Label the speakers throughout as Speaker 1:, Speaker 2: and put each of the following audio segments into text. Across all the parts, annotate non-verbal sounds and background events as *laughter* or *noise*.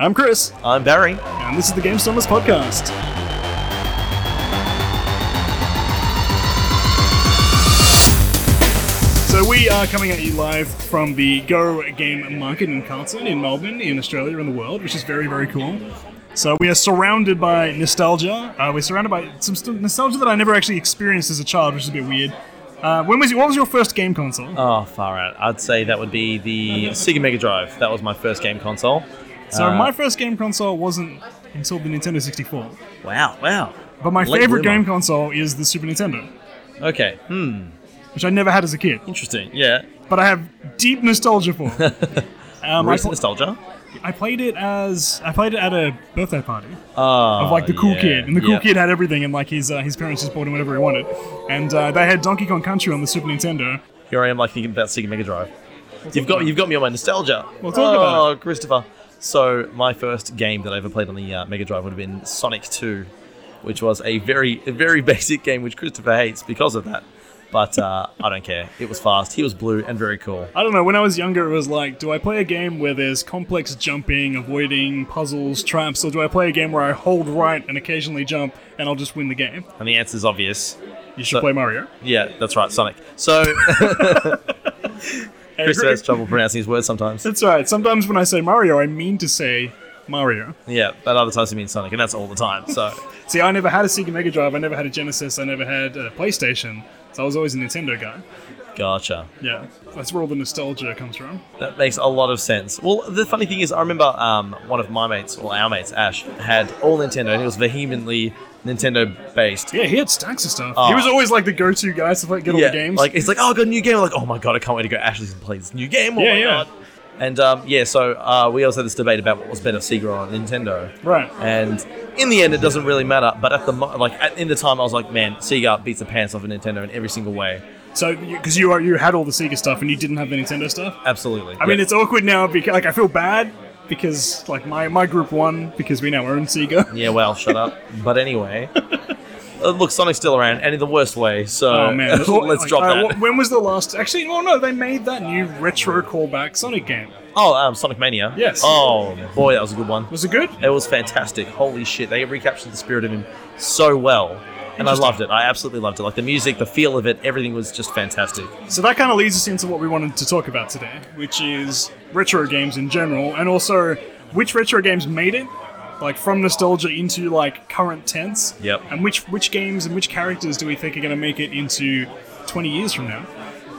Speaker 1: I'm Chris,
Speaker 2: I'm Barry.
Speaker 1: and this is the Game Stormers podcast. So we are coming at you live from the Go Game Market in Carlton, in Melbourne, in Australia, and the world, which is very, very cool. So we are surrounded by nostalgia. Uh, we're surrounded by some st- nostalgia that I never actually experienced as a child, which is a bit weird. Uh, when was what was your first game console?
Speaker 2: Oh, far out. I'd say that would be the Sega Mega Drive. That was my first game console.
Speaker 1: so
Speaker 2: uh,
Speaker 1: my first game console wasn't until the Nintendo 64.
Speaker 2: Wow, wow.
Speaker 1: But my
Speaker 2: Late
Speaker 1: favorite
Speaker 2: bloomer.
Speaker 1: game console is the Super Nintendo,
Speaker 2: Okay, hmm,
Speaker 1: which I never had as a kid,
Speaker 2: interesting. Yeah,
Speaker 1: but I have deep nostalgia
Speaker 2: *laughs*
Speaker 1: for. um, I,
Speaker 2: recent
Speaker 1: pl-
Speaker 2: nostalgia.
Speaker 1: I played it as I played it at a birthday party
Speaker 2: Oh,
Speaker 1: of like the cool
Speaker 2: yeah,
Speaker 1: kid, and the cool
Speaker 2: yeah.
Speaker 1: kid had everything, and like his uh, his parents just bought him whatever he wanted, and uh, they had Donkey Kong Country on the Super Nintendo.
Speaker 2: Here I am, like thinking about Sega Mega Drive. You've got
Speaker 1: about it.
Speaker 2: you've got me on my nostalgia.
Speaker 1: Well, talk
Speaker 2: oh,
Speaker 1: about
Speaker 2: Christopher. So my first game that I ever played on the uh, Mega Drive would have been Sonic 2, which was a very a very *laughs* basic game which Christopher hates because of that. But uh, I don't care. It was fast. He was blue and very cool.
Speaker 1: I don't know. When I was younger, it was like, do I play a game where there's complex jumping, avoiding puzzles, traps, or do I play a game where I hold right and occasionally jump and I'll just win the game?
Speaker 2: And the answer's obvious.
Speaker 1: You should
Speaker 2: So-
Speaker 1: play Mario.
Speaker 2: Yeah, that's right, Sonic. So Chris has trouble pronouncing his words sometimes.
Speaker 1: That's all right. Sometimes when I say Mario, I mean to say Mario.
Speaker 2: Yeah, but other times he means Sonic, and that's all the time. So
Speaker 1: See, I never had a Sega Mega Drive. I never had a Genesis. I never had a PlayStation. So I was always a Nintendo guy.
Speaker 2: gotcha.
Speaker 1: Yeah, that's where all the nostalgia comes from.
Speaker 2: That makes a lot of sense. Well, the funny thing is, I remember um, one of my mates, or our mates, Ash, had all Nintendo, and he was vehemently Nintendo based.
Speaker 1: Yeah, he had stacks of stuff.
Speaker 2: Oh.
Speaker 1: He was always like the go-to guy to play, get all the games.
Speaker 2: like it's like, oh, I got a new game. I'm like, oh my god, I can't wait to go. Ashley's and play this new game. Oh
Speaker 1: Yeah,
Speaker 2: my
Speaker 1: yeah.
Speaker 2: god. And um, yeah, so uh, we also had this debate about what was better, Sega or Nintendo.
Speaker 1: right.
Speaker 2: And in the end, it doesn't really matter. But at the mo- like at, in the time, I was like, man, Sega beats the pants off of Nintendo in every single way.
Speaker 1: So, because you are you had all the Sega stuff and you didn't have the Nintendo stuff.
Speaker 2: Absolutely.
Speaker 1: I mean, it's awkward now because like I feel bad because like my my group won because we now own Sega.
Speaker 2: yeah. Well, shut up. But
Speaker 1: *laughs*
Speaker 2: anyway. Uh, look, Sonic's still around, and in the worst way. So
Speaker 1: Oh man,
Speaker 2: Uh, *laughs* let's drop
Speaker 1: Uh,
Speaker 2: that.
Speaker 1: wh- When was the last? Actually, well, no, they made that new retro callback Sonic game.
Speaker 2: Oh, um, Sonic Mania.
Speaker 1: Yes.
Speaker 2: Oh boy, that was a good one.
Speaker 1: Was it good?
Speaker 2: It was fantastic. Holy shit, they recaptured the spirit of him so well, and I loved it. I absolutely loved it. Like the music, the feel of it, everything was just fantastic.
Speaker 1: So that kind of leads us into what we wanted to talk about today, which is retro games in general, and also which retro games made it, like from nostalgia into like current tense.
Speaker 2: Yep.
Speaker 1: And which which games and which characters do we think are going to make it into 20 years from now?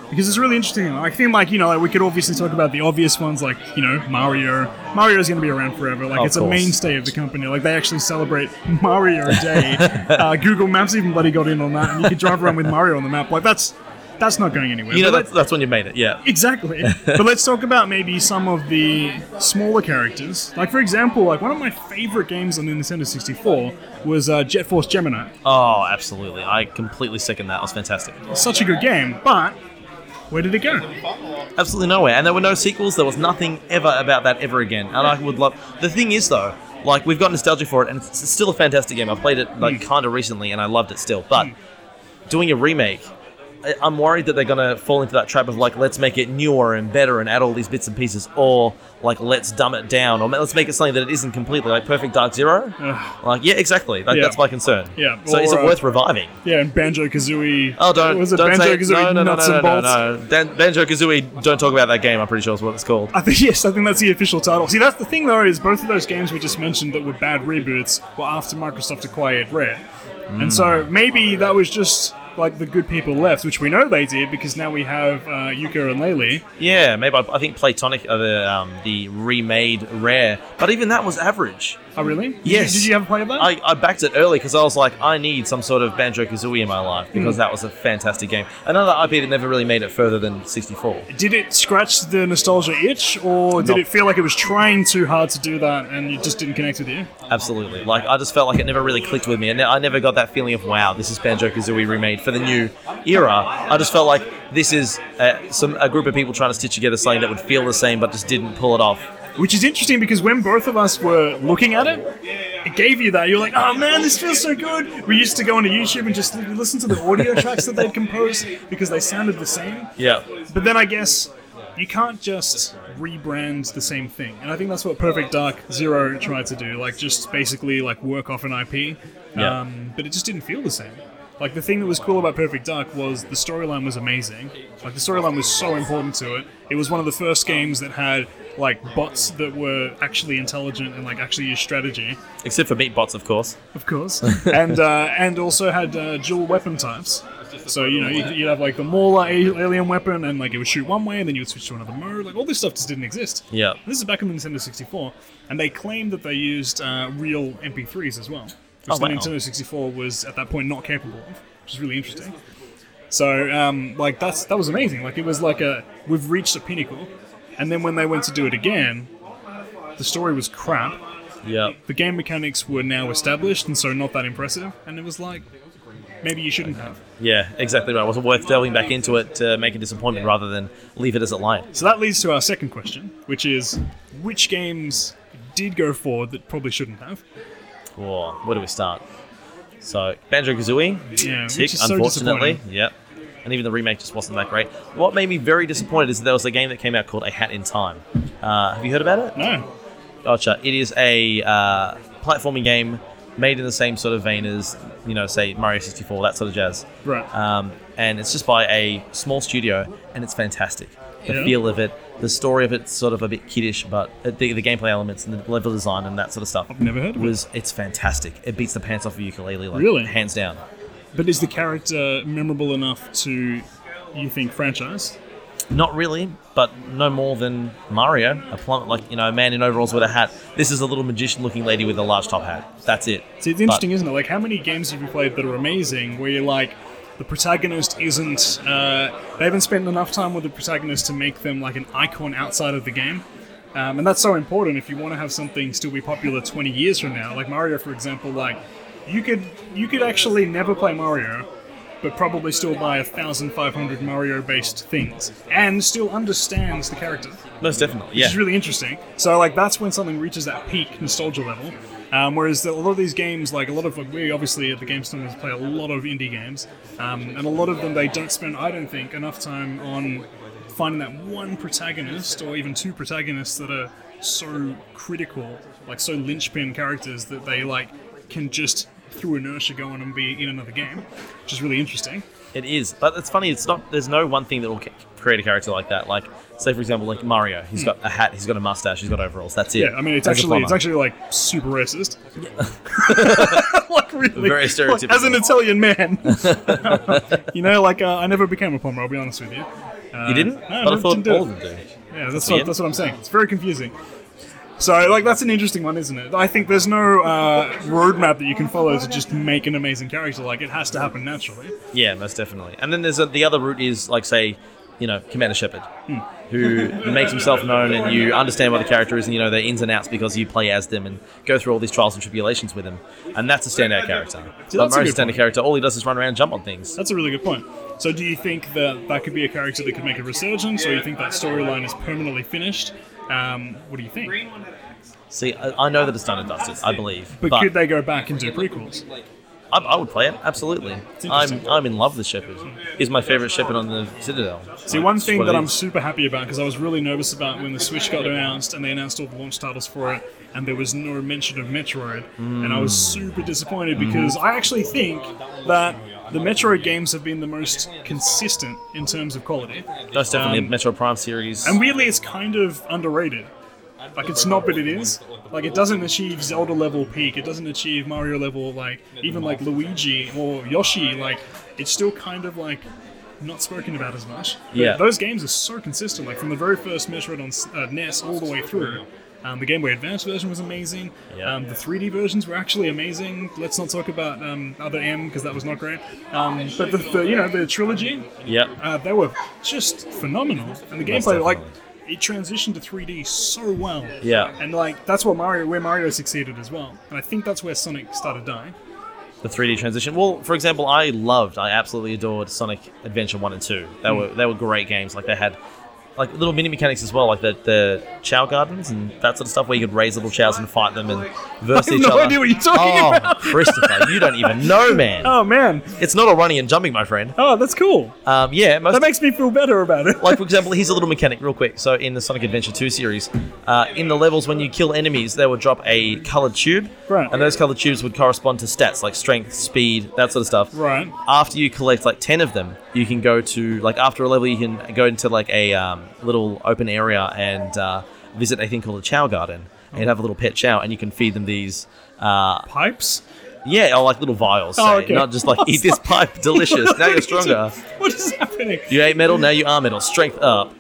Speaker 1: Because it's really interesting. I think like you know like we could obviously talk about the obvious ones like you know Mario. Mario's going to be around forever. Like
Speaker 2: Of
Speaker 1: it's a
Speaker 2: course.
Speaker 1: mainstay of the company. Like they actually celebrate Mario
Speaker 2: *laughs*
Speaker 1: Day. uh, Google Maps even bloody got in on that, and you could drive around with Mario on the map. Like that's that's not going anywhere.
Speaker 2: You know,
Speaker 1: But
Speaker 2: that's, that's when you made it. Yeah. *laughs*
Speaker 1: Exactly. but let's talk about maybe some of the smaller characters. Like for example, like one of my favorite games on the Nintendo 64 was uh, Jet Force Gemini.
Speaker 2: Oh, absolutely. I completely second that. It was fantastic.
Speaker 1: Such a good game, but where did it go?
Speaker 2: Absolutely nowhere. And there were no sequels. There was nothing ever about that ever again. And I would love. The thing is, though, like we've got nostalgia for it, and it's it's still a fantastic game. I played it
Speaker 1: Mm.
Speaker 2: like kind of recently, and I loved it still. But doing a remake, I- I'm worried that they're gonna fall into that trap of like, let's make it newer and better and add all these bits and pieces, or like let's dumb it down, or ma- let's make it something that it isn't completely like Perfect Dark Zero. Like, yeah, exactly. Like,
Speaker 1: Yeah.
Speaker 2: That's my concern.
Speaker 1: Yeah,
Speaker 2: So is
Speaker 1: or,
Speaker 2: it
Speaker 1: uh,
Speaker 2: worth reviving?
Speaker 1: Yeah, and Banjo Kazooie.
Speaker 2: Oh, don't
Speaker 1: Was it
Speaker 2: don't
Speaker 1: Banjo
Speaker 2: say
Speaker 1: Kazooie
Speaker 2: no, no, no,
Speaker 1: Nuts
Speaker 2: no,
Speaker 1: and
Speaker 2: no,
Speaker 1: Bolts?
Speaker 2: no, no. Dan, Banjo Kazooie. Don't talk about that game. I'm pretty sure is what it's called.
Speaker 1: I think *laughs* yes, I think that's the official title. See, that's the thing though is both of those games we just mentioned that were bad reboots were after Microsoft acquired Rare, and so
Speaker 2: Hmm.
Speaker 1: maybe that was just like the good people left, which we know they did because now we have uh, Yuko and Lele.
Speaker 2: Yeah, maybe I, I think Platonic are the um, the remade rare, but even that was average.
Speaker 1: Oh, really? Did
Speaker 2: Yes.
Speaker 1: You, did you have a play of that?
Speaker 2: I, I backed it early because I was like, I need some sort of Banjo Kazooie in my life because
Speaker 1: Hmm.
Speaker 2: that was a fantastic game. Another IP that never really made it further than 64.
Speaker 1: did it scratch the nostalgia itch, or did
Speaker 2: No.
Speaker 1: it feel like it was trying too hard to do that and it just didn't connect with you?
Speaker 2: Absolutely, like I just felt like it never really clicked with me, and I never got that feeling of wow, this is Banjo Kazooie remade for the new era. I just felt like this is uh some a group of people trying to stitch together something that would feel the same but just didn't pull it off.
Speaker 1: Which is interesting because when both of us were looking at it, it gave you that. You're like, oh man, this feels so good. We used to go onto YouTube and just l- listen to the audio tracks that they'd composed because they sounded the same.
Speaker 2: Yeah,
Speaker 1: But then I guess you can't just rebrand the same thing. And I think that's what Perfect Dark Zero tried to do, like just basically like work off an IP.
Speaker 2: Yeah.
Speaker 1: Um, but it just didn't feel the same. Like the thing that was cool about Perfect Dark was the storyline was amazing. Like the storyline was so important to it. It was one of the first games that had like bots that were actually intelligent and like actually used strategy
Speaker 2: Except for meat bots, of course.
Speaker 1: of course, *laughs* and uh, and also had uh, dual weapon types. So you know you'd, you'd have like the Mauler a- alien weapon, and like it would shoot one way, and then you would switch to another mode. Like all this stuff just didn't exist.
Speaker 2: Yeah.
Speaker 1: this is back on the Nintendo 64, and they claimed that they used uh, real MP3s as well, which
Speaker 2: Oh,
Speaker 1: the
Speaker 2: wow.
Speaker 1: Nintendo 64 was at that point not capable of, which is really interesting. So um, like that's that was amazing. Like it was like a we've reached a pinnacle, and then when they went to do it again, the story was crap
Speaker 2: Yeah.
Speaker 1: the game mechanics were now established and so not that impressive and it was like maybe you shouldn't have
Speaker 2: Yeah, exactly right. Was it worth delving back into it to make a disappointment rather than leave it as a line?
Speaker 1: so that leads to our second question which is which games did go forward that probably shouldn't have
Speaker 2: Whoa, where do we start? So Banjo Kazooie,
Speaker 1: Yeah, which
Speaker 2: tick,
Speaker 1: is so
Speaker 2: unfortunately, yep. And even the remake just wasn't that great. What made me very disappointed is that there was a game that came out called A Hat in Time. Uh, have you heard about it?
Speaker 1: no
Speaker 2: Gotcha. It is a uh, platforming game made in the same sort of vein as, you know, say Mario 64, that sort of jazz.
Speaker 1: Right.
Speaker 2: Um, and it's just by a small studio, and it's fantastic. The
Speaker 1: Yeah.
Speaker 2: feel of it, the story of it's sort of a bit kiddish, but uh, the, the gameplay elements and the level design and that sort of stuff. I've
Speaker 1: never heard of it.
Speaker 2: was, It's fantastic. It beats the pants off of ukulele, like,
Speaker 1: Really?
Speaker 2: hands down.
Speaker 1: but is the character memorable enough to you think franchise
Speaker 2: Not really, but no more than Mario, a plum, like you know, a man in overalls with a hat. This is a little magician-looking lady with a large top hat. That's it.
Speaker 1: see it's
Speaker 2: But-
Speaker 1: interesting isn't it like how many games have you played that are amazing where you're like the protagonist isn't uh, they haven't spent enough time with the protagonist to make them like an icon outside of the game Um, and that's so important if you want to have something still be popular 20 years from now. Like Mario, for example, like you could you could actually never play Mario, but probably still buy 1,500 Mario-based things and still understands the character, which
Speaker 2: Most definitely, yeah.
Speaker 1: is really interesting. So like that's when something reaches that peak nostalgia level. Um, whereas the, a lot of these games, like a lot of like we obviously at the GameStop we play a lot of indie games, um, and a lot of them they don't spend I don't think enough time on finding that one protagonist or even two protagonists that are so critical, like so linchpin characters that they like can just through inertia go on and be in another game, which is really interesting.
Speaker 2: It is, but it's funny. It's not. There's no one thing that will ca- create a character like that. Like, say for example, like Mario. He's got a hat. He's got a mustache. He's got overalls. That's it.
Speaker 1: Hmm. Yeah, I mean it's
Speaker 2: As a
Speaker 1: actually
Speaker 2: plumber.
Speaker 1: it's actually like super racist. *laughs* like really,
Speaker 2: Very
Speaker 1: Like,
Speaker 2: stereotypical.
Speaker 1: as an Italian man, *laughs* you know, like uh, I never became a plumber. I'll be honest with you.
Speaker 2: you didn't.
Speaker 1: no,
Speaker 2: but I
Speaker 1: uh, no,
Speaker 2: thought
Speaker 1: didn't do
Speaker 2: all
Speaker 1: it.
Speaker 2: of them do.
Speaker 1: Yeah, that's
Speaker 2: the
Speaker 1: what,
Speaker 2: end.
Speaker 1: that's what I'm saying. It's very confusing. So, like, that's an interesting one, isn't it? I think there's no uh, roadmap that you can follow to just make an amazing character. Like, it has to happen naturally.
Speaker 2: Yeah, most definitely. And then there's a, the other route is like say, you know, Commander Shepard,
Speaker 1: Hmm.
Speaker 2: who makes himself known, and you understand what the character is, and you know their ins and outs because you play as them and go through all these trials and tribulations with them, and that's a standout character.
Speaker 1: See,
Speaker 2: but
Speaker 1: that's a good
Speaker 2: Mario's standout
Speaker 1: point.
Speaker 2: character, all he does is run around, and jump on things.
Speaker 1: That's a really good point. So, do you think that that could be a character that could make a resurgence, or you think that storyline is permanently finished? Um, what do you think?
Speaker 2: See, I, I know that it's done and dusted. I believe,
Speaker 1: But, could they go back and do prequels?
Speaker 2: I, I would play it absolutely. I'm
Speaker 1: interesting.
Speaker 2: I'm in love with Shepherd. He's my favorite Shepherd on the Citadel.
Speaker 1: See, one thing that I'm super happy about because I was really nervous about when the Switch got announced and they announced all the launch titles for it, and there was no mention of Metroid, and I was super disappointed because I actually think that the Metroid games have been the most consistent in terms of quality,
Speaker 2: most definitely a Metro Prime series.
Speaker 1: Um, and weirdly, it's kind of underrated. Like it's not, but it is. Like it doesn't achieve Zelda level peak. It doesn't achieve Mario level. Like even like Luigi or Yoshi. Like it's still kind of like not spoken about as much. But
Speaker 2: Yeah.
Speaker 1: Those games are so consistent. Like from the very first Metroid on S- uh, NES all the way through. Um, the Game Boy Advance version was amazing.
Speaker 2: Yeah.
Speaker 1: Um, the 3D versions were actually amazing. Let's not talk about um, other M because that was not great. Um, but the, the you know the trilogy,
Speaker 2: yep.
Speaker 1: uh, they were just phenomenal, and the
Speaker 2: Most
Speaker 1: gameplay like
Speaker 2: definitely.
Speaker 1: it transitioned to 3D so well.
Speaker 2: Yeah.
Speaker 1: and like that's what Mario, where Mario succeeded as well, and I think that's where Sonic started dying.
Speaker 2: the 3D transition. Well, for example,
Speaker 1: Mm.
Speaker 2: I loved, I absolutely adored Sonic Adventure One and Two. They were they were great games. Like they had like little mini mechanics as well, like the the chow gardens and that sort of stuff, where you could raise little chows and fight them and
Speaker 1: *laughs*
Speaker 2: verse
Speaker 1: I have
Speaker 2: each
Speaker 1: no
Speaker 2: other.
Speaker 1: idea what you're talking
Speaker 2: oh,
Speaker 1: about.
Speaker 2: Christopher, you don't even know, man.
Speaker 1: *laughs* Oh man.
Speaker 2: It's not all running and jumping, my friend.
Speaker 1: Oh, that's cool.
Speaker 2: Um, yeah, most
Speaker 1: That makes me feel better about it.
Speaker 2: like for example, here's a little mechanic, real quick. So in the Sonic Adventure 2 series, uh, in the levels when you kill enemies, they would drop a colored tube,
Speaker 1: Right.
Speaker 2: and those colored tubes would correspond to stats like strength, speed, that sort of stuff.
Speaker 1: Right.
Speaker 2: After you collect like ten of them, you can go to like after a level, you can go into like a um, little open area and uh, visit a thing called a Chow Garden, and have a little pet Chow, and you can feed them these. Uh,
Speaker 1: Pipes.
Speaker 2: yeah, or like little vials.
Speaker 1: Oh,
Speaker 2: say,
Speaker 1: okay.
Speaker 2: Not just like eat
Speaker 1: *laughs*
Speaker 2: this pipe, delicious. now you're stronger.
Speaker 1: What is happening?
Speaker 2: You ate metal, now you are metal. Strength up.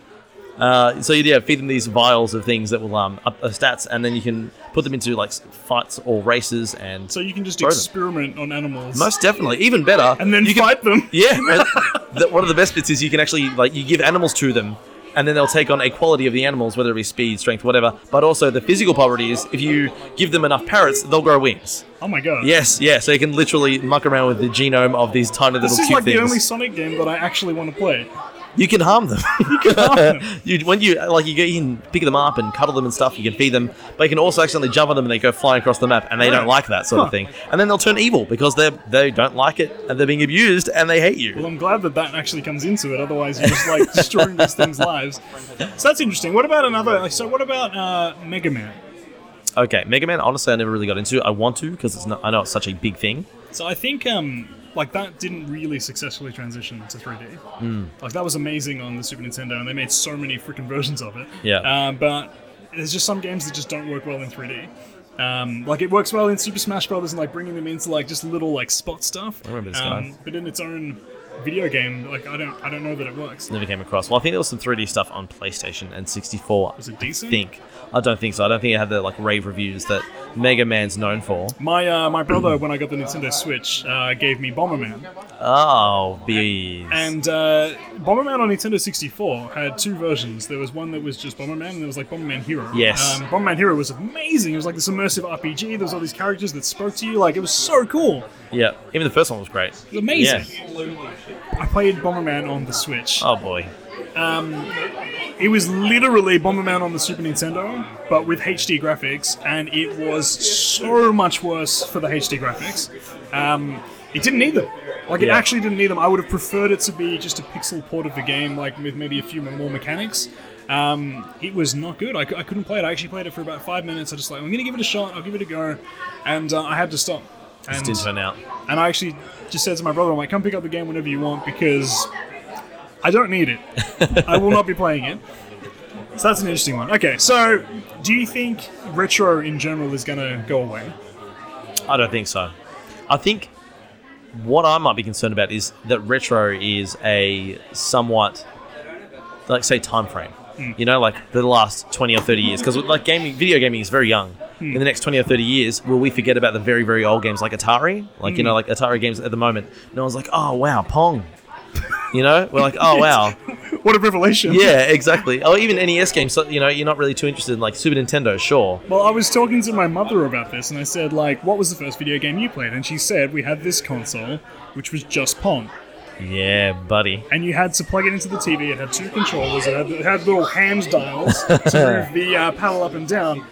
Speaker 2: Uh, so you yeah, feed them these vials of things that will um, up their stats, and then you can put them into like fights or races, and
Speaker 1: So you can just
Speaker 2: Throw them.
Speaker 1: experiment on animals.
Speaker 2: most definitely, even better.
Speaker 1: and then
Speaker 2: you can,
Speaker 1: fight them.
Speaker 2: yeah. *laughs* and the, one of the best bits is you can actually like you give animals to them, and then they'll take on a quality of the animals, whether it be speed, strength, whatever. But also the physical property is if you give them enough parrots, they'll grow wings.
Speaker 1: Oh my god.
Speaker 2: Yes, yeah. So you can literally muck around with the genome of these tiny little
Speaker 1: This is
Speaker 2: cute
Speaker 1: like
Speaker 2: things.
Speaker 1: the only Sonic game that I actually want to play.
Speaker 2: You can harm
Speaker 1: *laughs*
Speaker 2: them. You can harm them. when *laughs* you like you, go, you can pick them up and cuddle them and stuff. You can feed them, but you can also accidentally jump on them and they go flying across the map, and they
Speaker 1: Right.
Speaker 2: don't like that sort
Speaker 1: Huh.
Speaker 2: of thing. And then they'll turn evil because they they don't like it and they're being abused and they hate
Speaker 1: Well,
Speaker 2: you.
Speaker 1: I'm glad that that actually comes into it. Otherwise, you're just like destroying these things' lives. So that's interesting. What about another? like, So what about uh, Mega Man?
Speaker 2: Okay, Mega Man. Honestly, I never really got into. I want to because it's not. I know it's such a big thing.
Speaker 1: So I think um, like that didn't really successfully transition to 3D.
Speaker 2: Hmm.
Speaker 1: Like that was amazing on the Super Nintendo, and they made so many freaking versions of it.
Speaker 2: Yeah.
Speaker 1: Uh, but there's just some games that just don't work well in 3D. Um, like it works well in Super Smash Brothers and like bringing them into like just little like spot stuff. I
Speaker 2: remember this guy.
Speaker 1: But in its own video game, like I don't, I don't know that it works.
Speaker 2: Never came across. Well, I think there was some 3D stuff on PlayStation and 64.
Speaker 1: Was it decent?
Speaker 2: I think. I don't think so. I don't think it had the like rave reviews that Mega Man's known for.
Speaker 1: My uh, my brother, when I got the Nintendo Switch, uh, gave me Bomberman,
Speaker 2: Oh, bees.
Speaker 1: and uh, Bomberman on Nintendo 64 had two versions. There was one that was just Bomberman, and there was like Bomberman Hero.
Speaker 2: Yes.
Speaker 1: um, Bomberman Hero was amazing. It was like this immersive RPG. There was all these characters that spoke to you. Like it was so cool.
Speaker 2: yeah, even the first one was great.
Speaker 1: It was amazing. I played Bomberman on the Switch.
Speaker 2: Oh boy.
Speaker 1: It was literally Bomberman on the Super Nintendo, but with HD graphics, and it was so much worse for the HD graphics. Um, it didn't need them. Like, it
Speaker 2: Yeah.
Speaker 1: actually didn't need them. I would have preferred it to be just a pixel port of the game, like, with maybe a few more mechanics. Um, it was not good. I, cou- I couldn't play it. I actually played it for about five minutes. I just like, I'm going to give it a shot. I'll give it a go. And uh, I had to stop. And,
Speaker 2: Didn't turn out.
Speaker 1: and I actually just said to my brother, I'm like, come pick up the game whenever you want because I don't need it. I will not be playing it. So that's an interesting one. Okay, so do you think retro in general is going to go away?
Speaker 2: I don't think so. I think what I might be concerned about is that retro is a somewhat, like say, time frame. You know, like the last twenty or thirty years, because like gaming, video gaming is very young. In the next twenty or thirty years, will we forget about the very, very old games like Atari? Like you know, like Atari games at the moment, no one's like, oh wow, Pong. *laughs* You know, we're like, oh wow,
Speaker 1: What a revelation.
Speaker 2: yeah, exactly. Or even NES games. So, you know, you're not really too interested in like Super Nintendo, sure.
Speaker 1: Well, I was talking to my mother about this and I said, like, what was the first video game you played? And she said, we had this console, which was just Pong.
Speaker 2: Yeah, buddy.
Speaker 1: and you had to plug it into the TV. It had two controllers. It had, it had little hand dials
Speaker 2: *laughs*
Speaker 1: to move the uh, paddle up and down.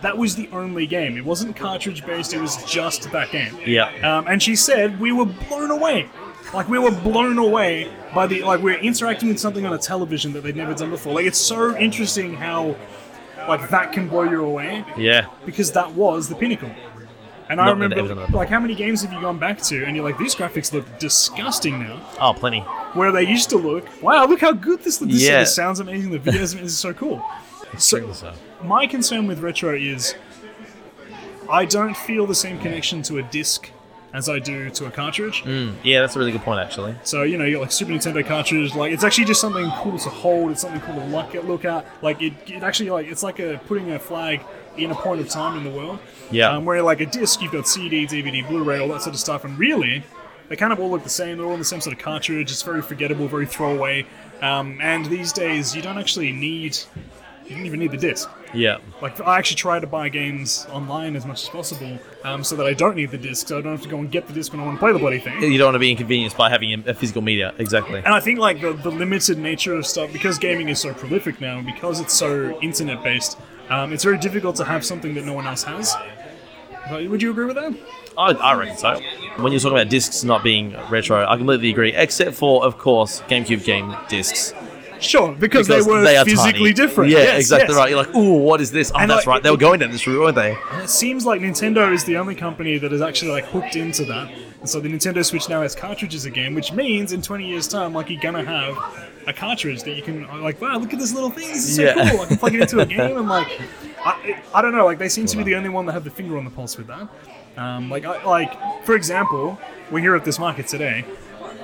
Speaker 1: That was the only game. It wasn't cartridge based. It was just that game.
Speaker 2: Yeah.
Speaker 1: Um, and she said we were blown away. Like we were blown away by the like we are interacting with something on a television that they'd never done before. Like it's so interesting how like that can blow you away
Speaker 2: Yeah.
Speaker 1: because that was the pinnacle. And I
Speaker 2: Not that
Speaker 1: remember,
Speaker 2: it was another-
Speaker 1: like, how many games have you gone back to, and you're like, these graphics look disgusting now
Speaker 2: Oh, plenty.
Speaker 1: where they used to look. Wow, look how good this looks. This,
Speaker 2: Yeah.
Speaker 1: this sounds amazing. The videos this is so cool. So,
Speaker 2: So-
Speaker 1: my concern with retro is I don't feel the same connection to a disc as I do to a cartridge.
Speaker 2: Yeah, that's a really good point, actually.
Speaker 1: So, you know, you got like Super Nintendo cartridge, like it's actually just something cool to hold, it's something cool to look at, look at. Like it, it actually like it's like a putting a flag in a point of time in the world.
Speaker 2: Yeah.
Speaker 1: Um, where like a disc, you've got CD, DVD, Blu-ray, all that sort of stuff, and really, they kind of all look the same. They're all in the same sort of cartridge. It's very forgettable, very throwaway. Um, and these days, you don't actually need, you don't even need the disc.
Speaker 2: Yeah.
Speaker 1: Like I actually try to buy games online as much as possible, um, so that I don't need the disc, so I don't have to go and get the disc when I want to play the bloody thing.
Speaker 2: You don't want to be inconvenienced by having a a physical media. Exactly.
Speaker 1: And I think like the, the limited nature of stuff because gaming is so prolific now, and because it's so internet based, um, it's very difficult to have something that no one else has. Uh, Would you agree with that?
Speaker 2: I, I reckon so. When you're talking about discs not being retro, I completely agree, except for, of course, GameCube game discs.
Speaker 1: Sure, because,
Speaker 2: Because
Speaker 1: they were
Speaker 2: are
Speaker 1: physically
Speaker 2: tiny.
Speaker 1: different.
Speaker 2: Yeah,
Speaker 1: Yes,
Speaker 2: exactly
Speaker 1: yes.
Speaker 2: right. You're like, ooh, what is this? Oh,
Speaker 1: And
Speaker 2: that's
Speaker 1: like-
Speaker 2: right. They were going down this route, weren't they?
Speaker 1: And it seems like Nintendo is the only company that is actually like hooked into that. And so the Nintendo Switch now has cartridges again, which means in 20 years' time, like you're gonna have a cartridge that you can uh, like, wow, look at this little thing. This is so
Speaker 2: Yeah.
Speaker 1: cool. I can plug it into a game and like, I, I don't know. Like they seem to be the only one that have the finger on the pulse with that. Um, like, I, like for example, we're here at this market today.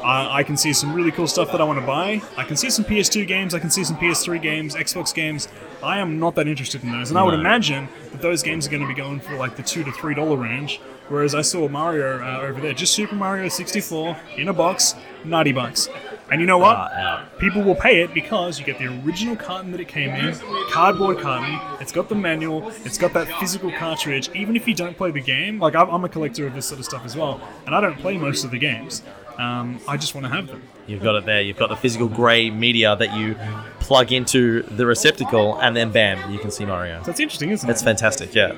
Speaker 1: I I can see some really cool stuff that I want to buy. I can see some PS2 games. I can see some PS3 games, Xbox games. I am not that interested in those, and I would
Speaker 2: No.
Speaker 1: imagine that those games are going to be going for like the two to three dollar range. Whereas I saw Mario uh, over there, just Super Mario 64 in a box, ninety bucks. And you know what?
Speaker 2: Ah, yeah.
Speaker 1: People will pay it because you get the original carton that it came in, cardboard carton. It's got the manual. It's got that physical cartridge. Even if you don't play the game, like I'm I'm a collector of this sort of stuff as well, and I don't play most of the games. Um, I just want to have them.
Speaker 2: You've got it there. You've got the physical grey media that you plug into the receptacle, and then bam, you can see Mario.
Speaker 1: So it's interesting, isn't
Speaker 2: That's
Speaker 1: it?
Speaker 2: fantastic. Yeah.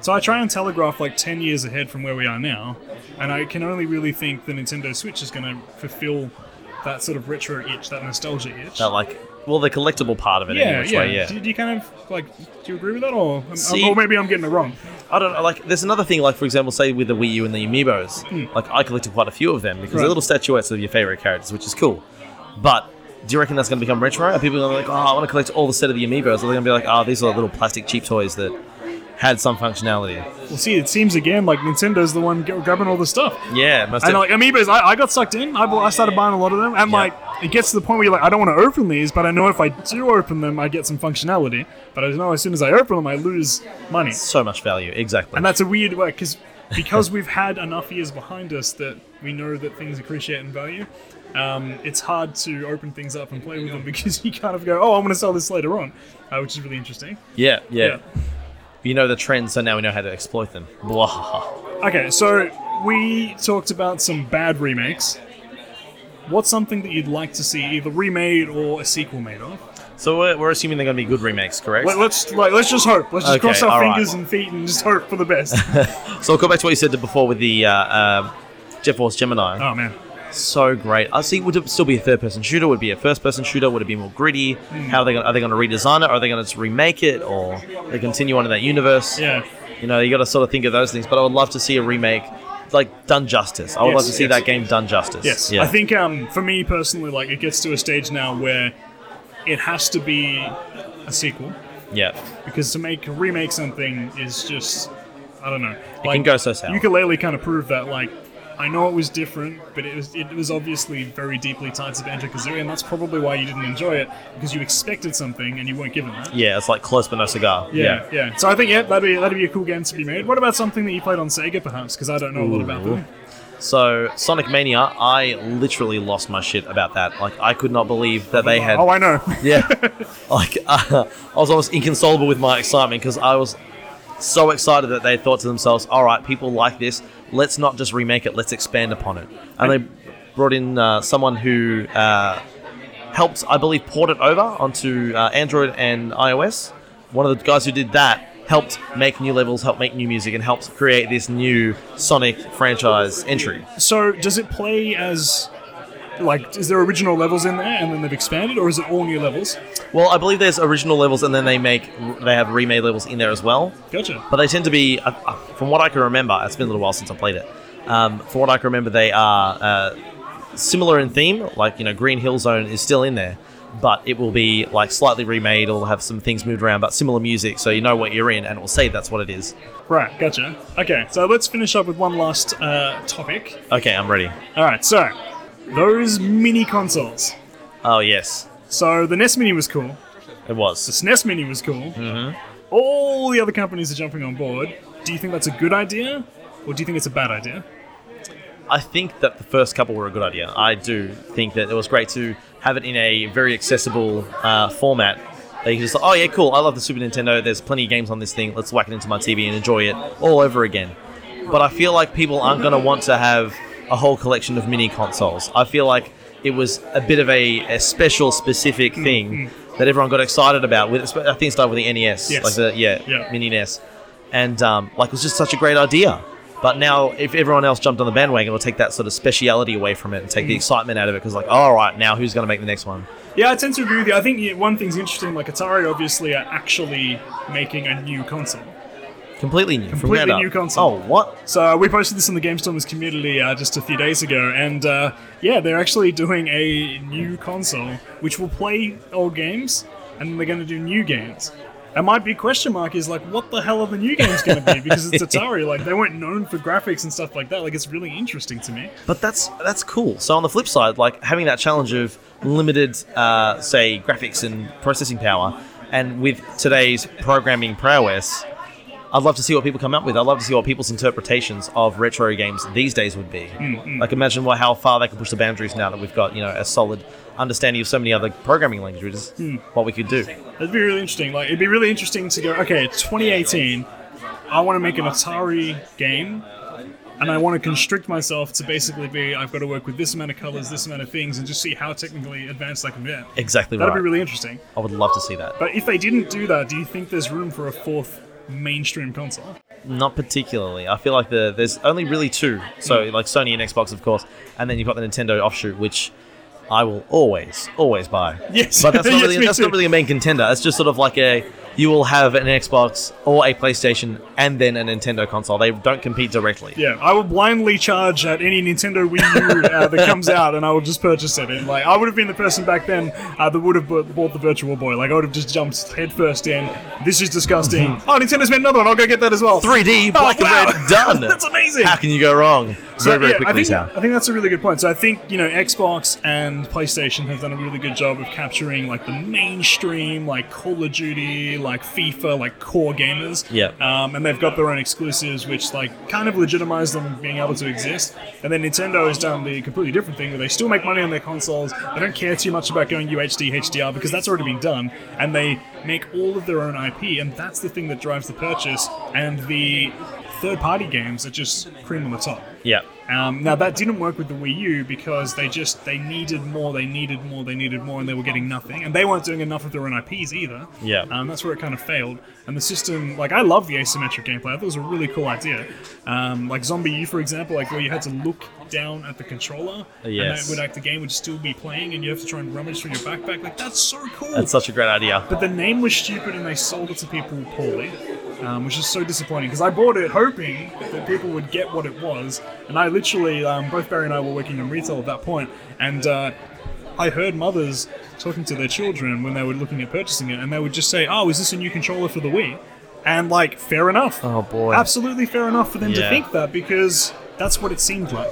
Speaker 1: So I try and telegraph like 10 years ahead from where we are now, and I can only really think the Nintendo Switch is going to fulfill that sort of retro itch, that nostalgia itch.
Speaker 2: That like, well, the collectible part of it.
Speaker 1: yeah,
Speaker 2: anyway,
Speaker 1: yeah.
Speaker 2: yeah.
Speaker 1: Do, do you kind of like? Do you agree with that, or I'm- I'm-
Speaker 2: See-
Speaker 1: or maybe I'm getting it wrong?
Speaker 2: I don't know. Like, there's another thing. Like, for example, say with the Wii U and the Amiibos. Like, I collected quite a few of them because
Speaker 1: Hmm. Right.
Speaker 2: they're little statuettes of your favorite characters, which is cool. But do you reckon that's going to become retro? Are people going to be like, oh, I want to collect all the set of the Amiibos? Or they're going to be like, oh, these are little plastic cheap toys that had some functionality.
Speaker 1: Well, see, it seems again like Nintendo's the one g- grabbing all the stuff.
Speaker 2: Yeah, most.
Speaker 1: And
Speaker 2: def-
Speaker 1: like amiibos, I, I got sucked in. I, bought- I started buying a lot of them, and
Speaker 2: Yeah.
Speaker 1: like it gets to the point where you're like, I don't want to open these, but I know if I do open them, I get some functionality. But I know as soon as I open them, I lose money,
Speaker 2: so much value. Exactly.
Speaker 1: and that's a weird way because
Speaker 2: *laughs*
Speaker 1: because we've had enough years behind us that we know that things appreciate in value. Um, it's hard to open things up and play with them *laughs* because you kind of go, oh, I'm going to sell this later on, uh, which is really interesting.
Speaker 2: yeah, yeah,
Speaker 1: Yeah.
Speaker 2: You know the trends, so now we know how to exploit them. Blah.
Speaker 1: Okay, so we talked about some bad remakes. What's something that you'd like to see either remade or a sequel made of?
Speaker 2: So we're, we're assuming they're going to be good remakes, correct?
Speaker 1: Let, us like let's just hope. Let's just
Speaker 2: Okay,
Speaker 1: cross our
Speaker 2: all right.
Speaker 1: fingers and feet and just hope for the best.
Speaker 2: so I'll go back to what you said before with the uh, uh, Jet Force Gemini.
Speaker 1: *laughs* oh man,
Speaker 2: so great. I see. Would it still be a third-person shooter? Would it be a first-person shooter? Would it be more gritty? How are they? Gonna, are they going to redesign it? Are they going to remake it, or they continue on in that universe?
Speaker 1: yeah.
Speaker 2: You know, you got to sort of think of those things. But I would love to see a remake, like done justice. I would
Speaker 1: Yes,
Speaker 2: love to see
Speaker 1: yes.
Speaker 2: that game done justice.
Speaker 1: Yes,
Speaker 2: Yeah.
Speaker 1: I think um, for me personally, like it gets to a stage now where it has to be a sequel
Speaker 2: Yeah.
Speaker 1: because to make remake something is just I don't know. It
Speaker 2: can go so sour.
Speaker 1: Ukulele kind of proved that. Like I know it was different, but it was it was obviously very deeply tied to Banjo Kazooie, and that's probably why you didn't enjoy it because you expected something and you weren't given that.
Speaker 2: Yeah. It's like close but no cigar.
Speaker 1: Yeah, yeah. So I think yeah, that'd be that'd be a cool game to be made. What about something that you played on Sega, perhaps? Because I don't know a lot about them.
Speaker 2: So Sonic Mania, I literally lost my shit about that. Like I could not believe that they had.
Speaker 1: Oh, I know.
Speaker 2: *laughs* Yeah, like *laughs* uh, I was almost inconsolable with my excitement because I was so excited that they thought to themselves, "All right, people like this. Let's not just remake it. Let's expand upon it." And they brought in uh, someone who uh, helped, I believe, port it over onto uh, Android and iOS. One of the guys who did that helped make new levels, helped make new music, and helped create this new Sonic franchise entry.
Speaker 1: So does it play as like is there original levels in there and then they've expanded, or is it all new levels?
Speaker 2: Well, I believe there's original levels, and then they make they have remade levels in there as well.
Speaker 1: Gotcha.
Speaker 2: But they tend to be, uh, uh, from what I can remember, it's been a little while since I played it. Um, from what I can remember, they are uh, similar in theme. Like you know, Green Hill Zone is still in there, but it will be like slightly remade or have some things moved around, but similar music, so you know what you're in, and it will say that's what it is.
Speaker 1: Right. Gotcha. Okay. So let's finish up with one last uh, topic.
Speaker 2: Okay, I'm ready.
Speaker 1: All right. So those mini consoles.
Speaker 2: Oh yes,
Speaker 1: So the NES Mini was cool.
Speaker 2: it
Speaker 1: The
Speaker 2: was.
Speaker 1: SNES Mini was cool. Mm-hmm. All the other companies are jumping on board. Do you think that's a good idea, or do you think it's a bad idea?
Speaker 2: I think that the first couple were a good idea. I do think that it was great to have it in a very accessible uh, format They can just like, oh yeah, cool. I love the Super Nintendo. There's plenty of games on this thing. Let's whack it into my TV and enjoy it all over again. But I feel like people aren't going to want to have a whole collection of mini consoles. I feel like it was a bit of a, a special, specific thing that everyone got excited about. With I think it started with the NES,
Speaker 1: Yes.
Speaker 2: like the yeah,
Speaker 1: Yeah.
Speaker 2: mini NES, and um, like it was just such a great idea. But now, if everyone else jumped on the bandwagon, it'll take that sort of speciality away from it and take the
Speaker 1: Mm-hmm.
Speaker 2: excitement out of it. Because like, all right, now who's going to make the next one?
Speaker 1: Yeah, I tend to agree with you. I think yeah, one thing's interesting, like Atari obviously are actually making a new console.
Speaker 2: Completely new. from
Speaker 1: Completely
Speaker 2: ground up.
Speaker 1: new console.
Speaker 2: Oh, what?
Speaker 1: So uh, we posted this in the GameStormers community uh, just a few days ago, and uh, yeah, they're actually doing a new console which will play old games, and then they're going to do new games. And my big question mark is like, what the hell are the new games going to be? Because it's Atari, like they weren't known for graphics and stuff like that. Like it's really interesting to me.
Speaker 2: But that's that's cool. So on the flip side, like having that challenge of limited, uh, say, graphics and processing power, and with today's programming prowess, I'd love to see what people come up with. I'd love to see what people's interpretations of retro games these days would be.
Speaker 1: Mm,
Speaker 2: Like imagine what, how far they can push the boundaries now that we've got you know a solid understanding of so many other programming languages.
Speaker 1: Mm.
Speaker 2: What we could do.
Speaker 1: That'd be really interesting. Like it'd be really interesting to go. Okay, 2018. I want to make an Atari game, and I want to constrict myself to basically be. I've got to work with this amount of colors, this amount of things, and just see how technically advanced I can get.
Speaker 2: Exactly
Speaker 1: That'd
Speaker 2: right.
Speaker 1: be really interesting.
Speaker 2: I would love to see that.
Speaker 1: But if they didn't do that, do you think there's room for a fourth mainstream console?
Speaker 2: Not particularly. I feel like the there's only really two. So
Speaker 1: Mm.
Speaker 2: like Sony and Xbox, of course, and then you've got the Nintendo offshoot, which I will always, always buy.
Speaker 1: Yes.
Speaker 2: but
Speaker 1: *laughs*
Speaker 2: that's not
Speaker 1: Yes,
Speaker 2: really
Speaker 1: me
Speaker 2: that's
Speaker 1: too.
Speaker 2: not really a main contender. It's just sort of like a you will have an Xbox or a PlayStation and then a Nintendo console. They don't compete directly.
Speaker 1: Yeah, I will blindly charge at any Nintendo Wii U uh, that comes out, and I will just purchase it. And like, I would have been the person back then uh, that would have bu- bought the Virtual Boy. Like, I would have just jumped headfirst in. This is disgusting. oh, Nintendo's made another one. I'll go get that as well.
Speaker 2: 3D, black
Speaker 1: wow.
Speaker 2: and red, Oh, *laughs* done.
Speaker 1: That's amazing.
Speaker 2: How can you go wrong?
Speaker 1: So,
Speaker 2: very, very
Speaker 1: yeah, I
Speaker 2: quickly,
Speaker 1: think,
Speaker 2: Sal.
Speaker 1: I think that's a really good point. So I think you know Xbox and PlayStation have done a really good job of capturing like the mainstream, like Call of Duty, like FIFA, like core gamers.
Speaker 2: Yeah.
Speaker 1: Um, and they've got their own exclusives, which like kind of legitimize them being able to exist. And then Nintendo has done the completely different thing where they still make money on their consoles. They don't care too much about going UHD, HDR because that's already been done, and they make all of their own IP, and that's the thing that drives the purchase and the. Third-party games are just cream on the top.
Speaker 2: Yeah.
Speaker 1: Um, now that didn't work with the Wii U because they just they needed more, they needed more, they needed more, and they were getting nothing, and they weren't doing enough of their own IPs either.
Speaker 2: Yeah.
Speaker 1: um, that's where it kind of failed. And the system, like I love the asymmetric gameplay. I thought it was a really cool idea. Um, like Zombie U, for example, like where you had to look down at the controller, and
Speaker 2: Yes.
Speaker 1: that would like the game would still be playing, and you have to try and rummage through your backpack. Like that's so cool.
Speaker 2: That's such a great idea.
Speaker 1: But the name was stupid and they sold it to people poorly, um, which is so disappointing because I bought it hoping that people would get what it was. And I literally, um, both Barry and I were working in retail at that point, and uh, I heard mothers talking to their children when they were looking at purchasing it, and they would just say, Oh, is this a new controller for the Wii? And like, fair enough.
Speaker 2: Oh, boy.
Speaker 1: Absolutely fair enough for them to
Speaker 2: Yeah.
Speaker 1: think that because that's what it seemed like.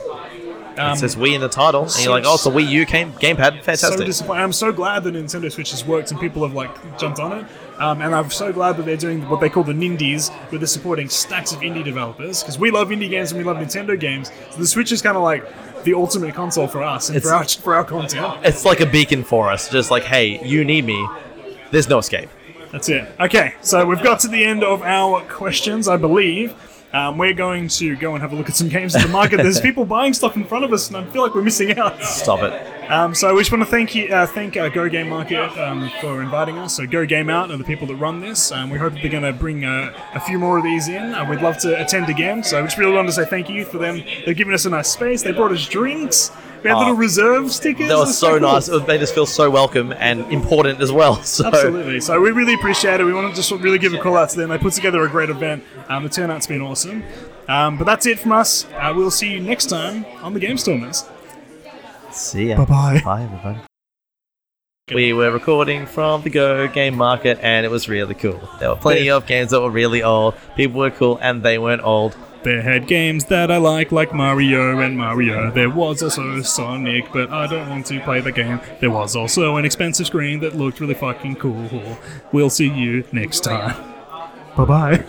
Speaker 2: it says Wii in the title, and you're like, oh, it's a Wii U game, gamepad. Fantastic.
Speaker 1: Um, So disappointing. I'm so glad that Nintendo Switch has worked and people have like jumped on it. Um, and I'm so glad that they're doing what they call the Nindies, where they're supporting stacks of indie developers because we love indie games and we love Nintendo games. So the Switch is kind of like the ultimate console for us and for our for our content.
Speaker 2: it's like a beacon for us, just like, hey, you need me. There's no escape.
Speaker 1: That's it. Okay, so we've got to the end of our questions, I believe. Um, we're going to go and have a look at some games in the market. There's people buying stuff in front of us, and I feel like we're missing out.
Speaker 2: Stop it.
Speaker 1: Um, so we just want to thank you, uh, thank uh, Go Game Market um, for inviting us. So Go Game Out are the people that run this. Um, we hope that they're going to bring uh, a few more of these in. Uh, we'd love to attend again. So we just really want to say thank you for them. They've given us a nice space. They brought us drinks. We had little reserve stickers.
Speaker 2: Ah, That
Speaker 1: It
Speaker 2: was so
Speaker 1: cool.
Speaker 2: nice. It made us feel so welcome and important as well. *laughs* So
Speaker 1: Absolutely. So we really appreciate it. We want to just really give a call out to them. They put together a great event. Um, the turnout's been awesome. Um, but that's it from us. Uh, we'll see you next time on the Game Stormers.
Speaker 2: see ya.
Speaker 1: Bye-bye.
Speaker 2: Bye everybody. We were recording from the Go Game Market, and it was really cool. There were plenty of games that were really old. People were cool, and they weren't old.
Speaker 1: They had games that I like, like Mario and Mario. There was also Sonic, but I don't want to play the game. There was also an expensive screen that looked really fucking cool. We'll see you next time. Bye bye.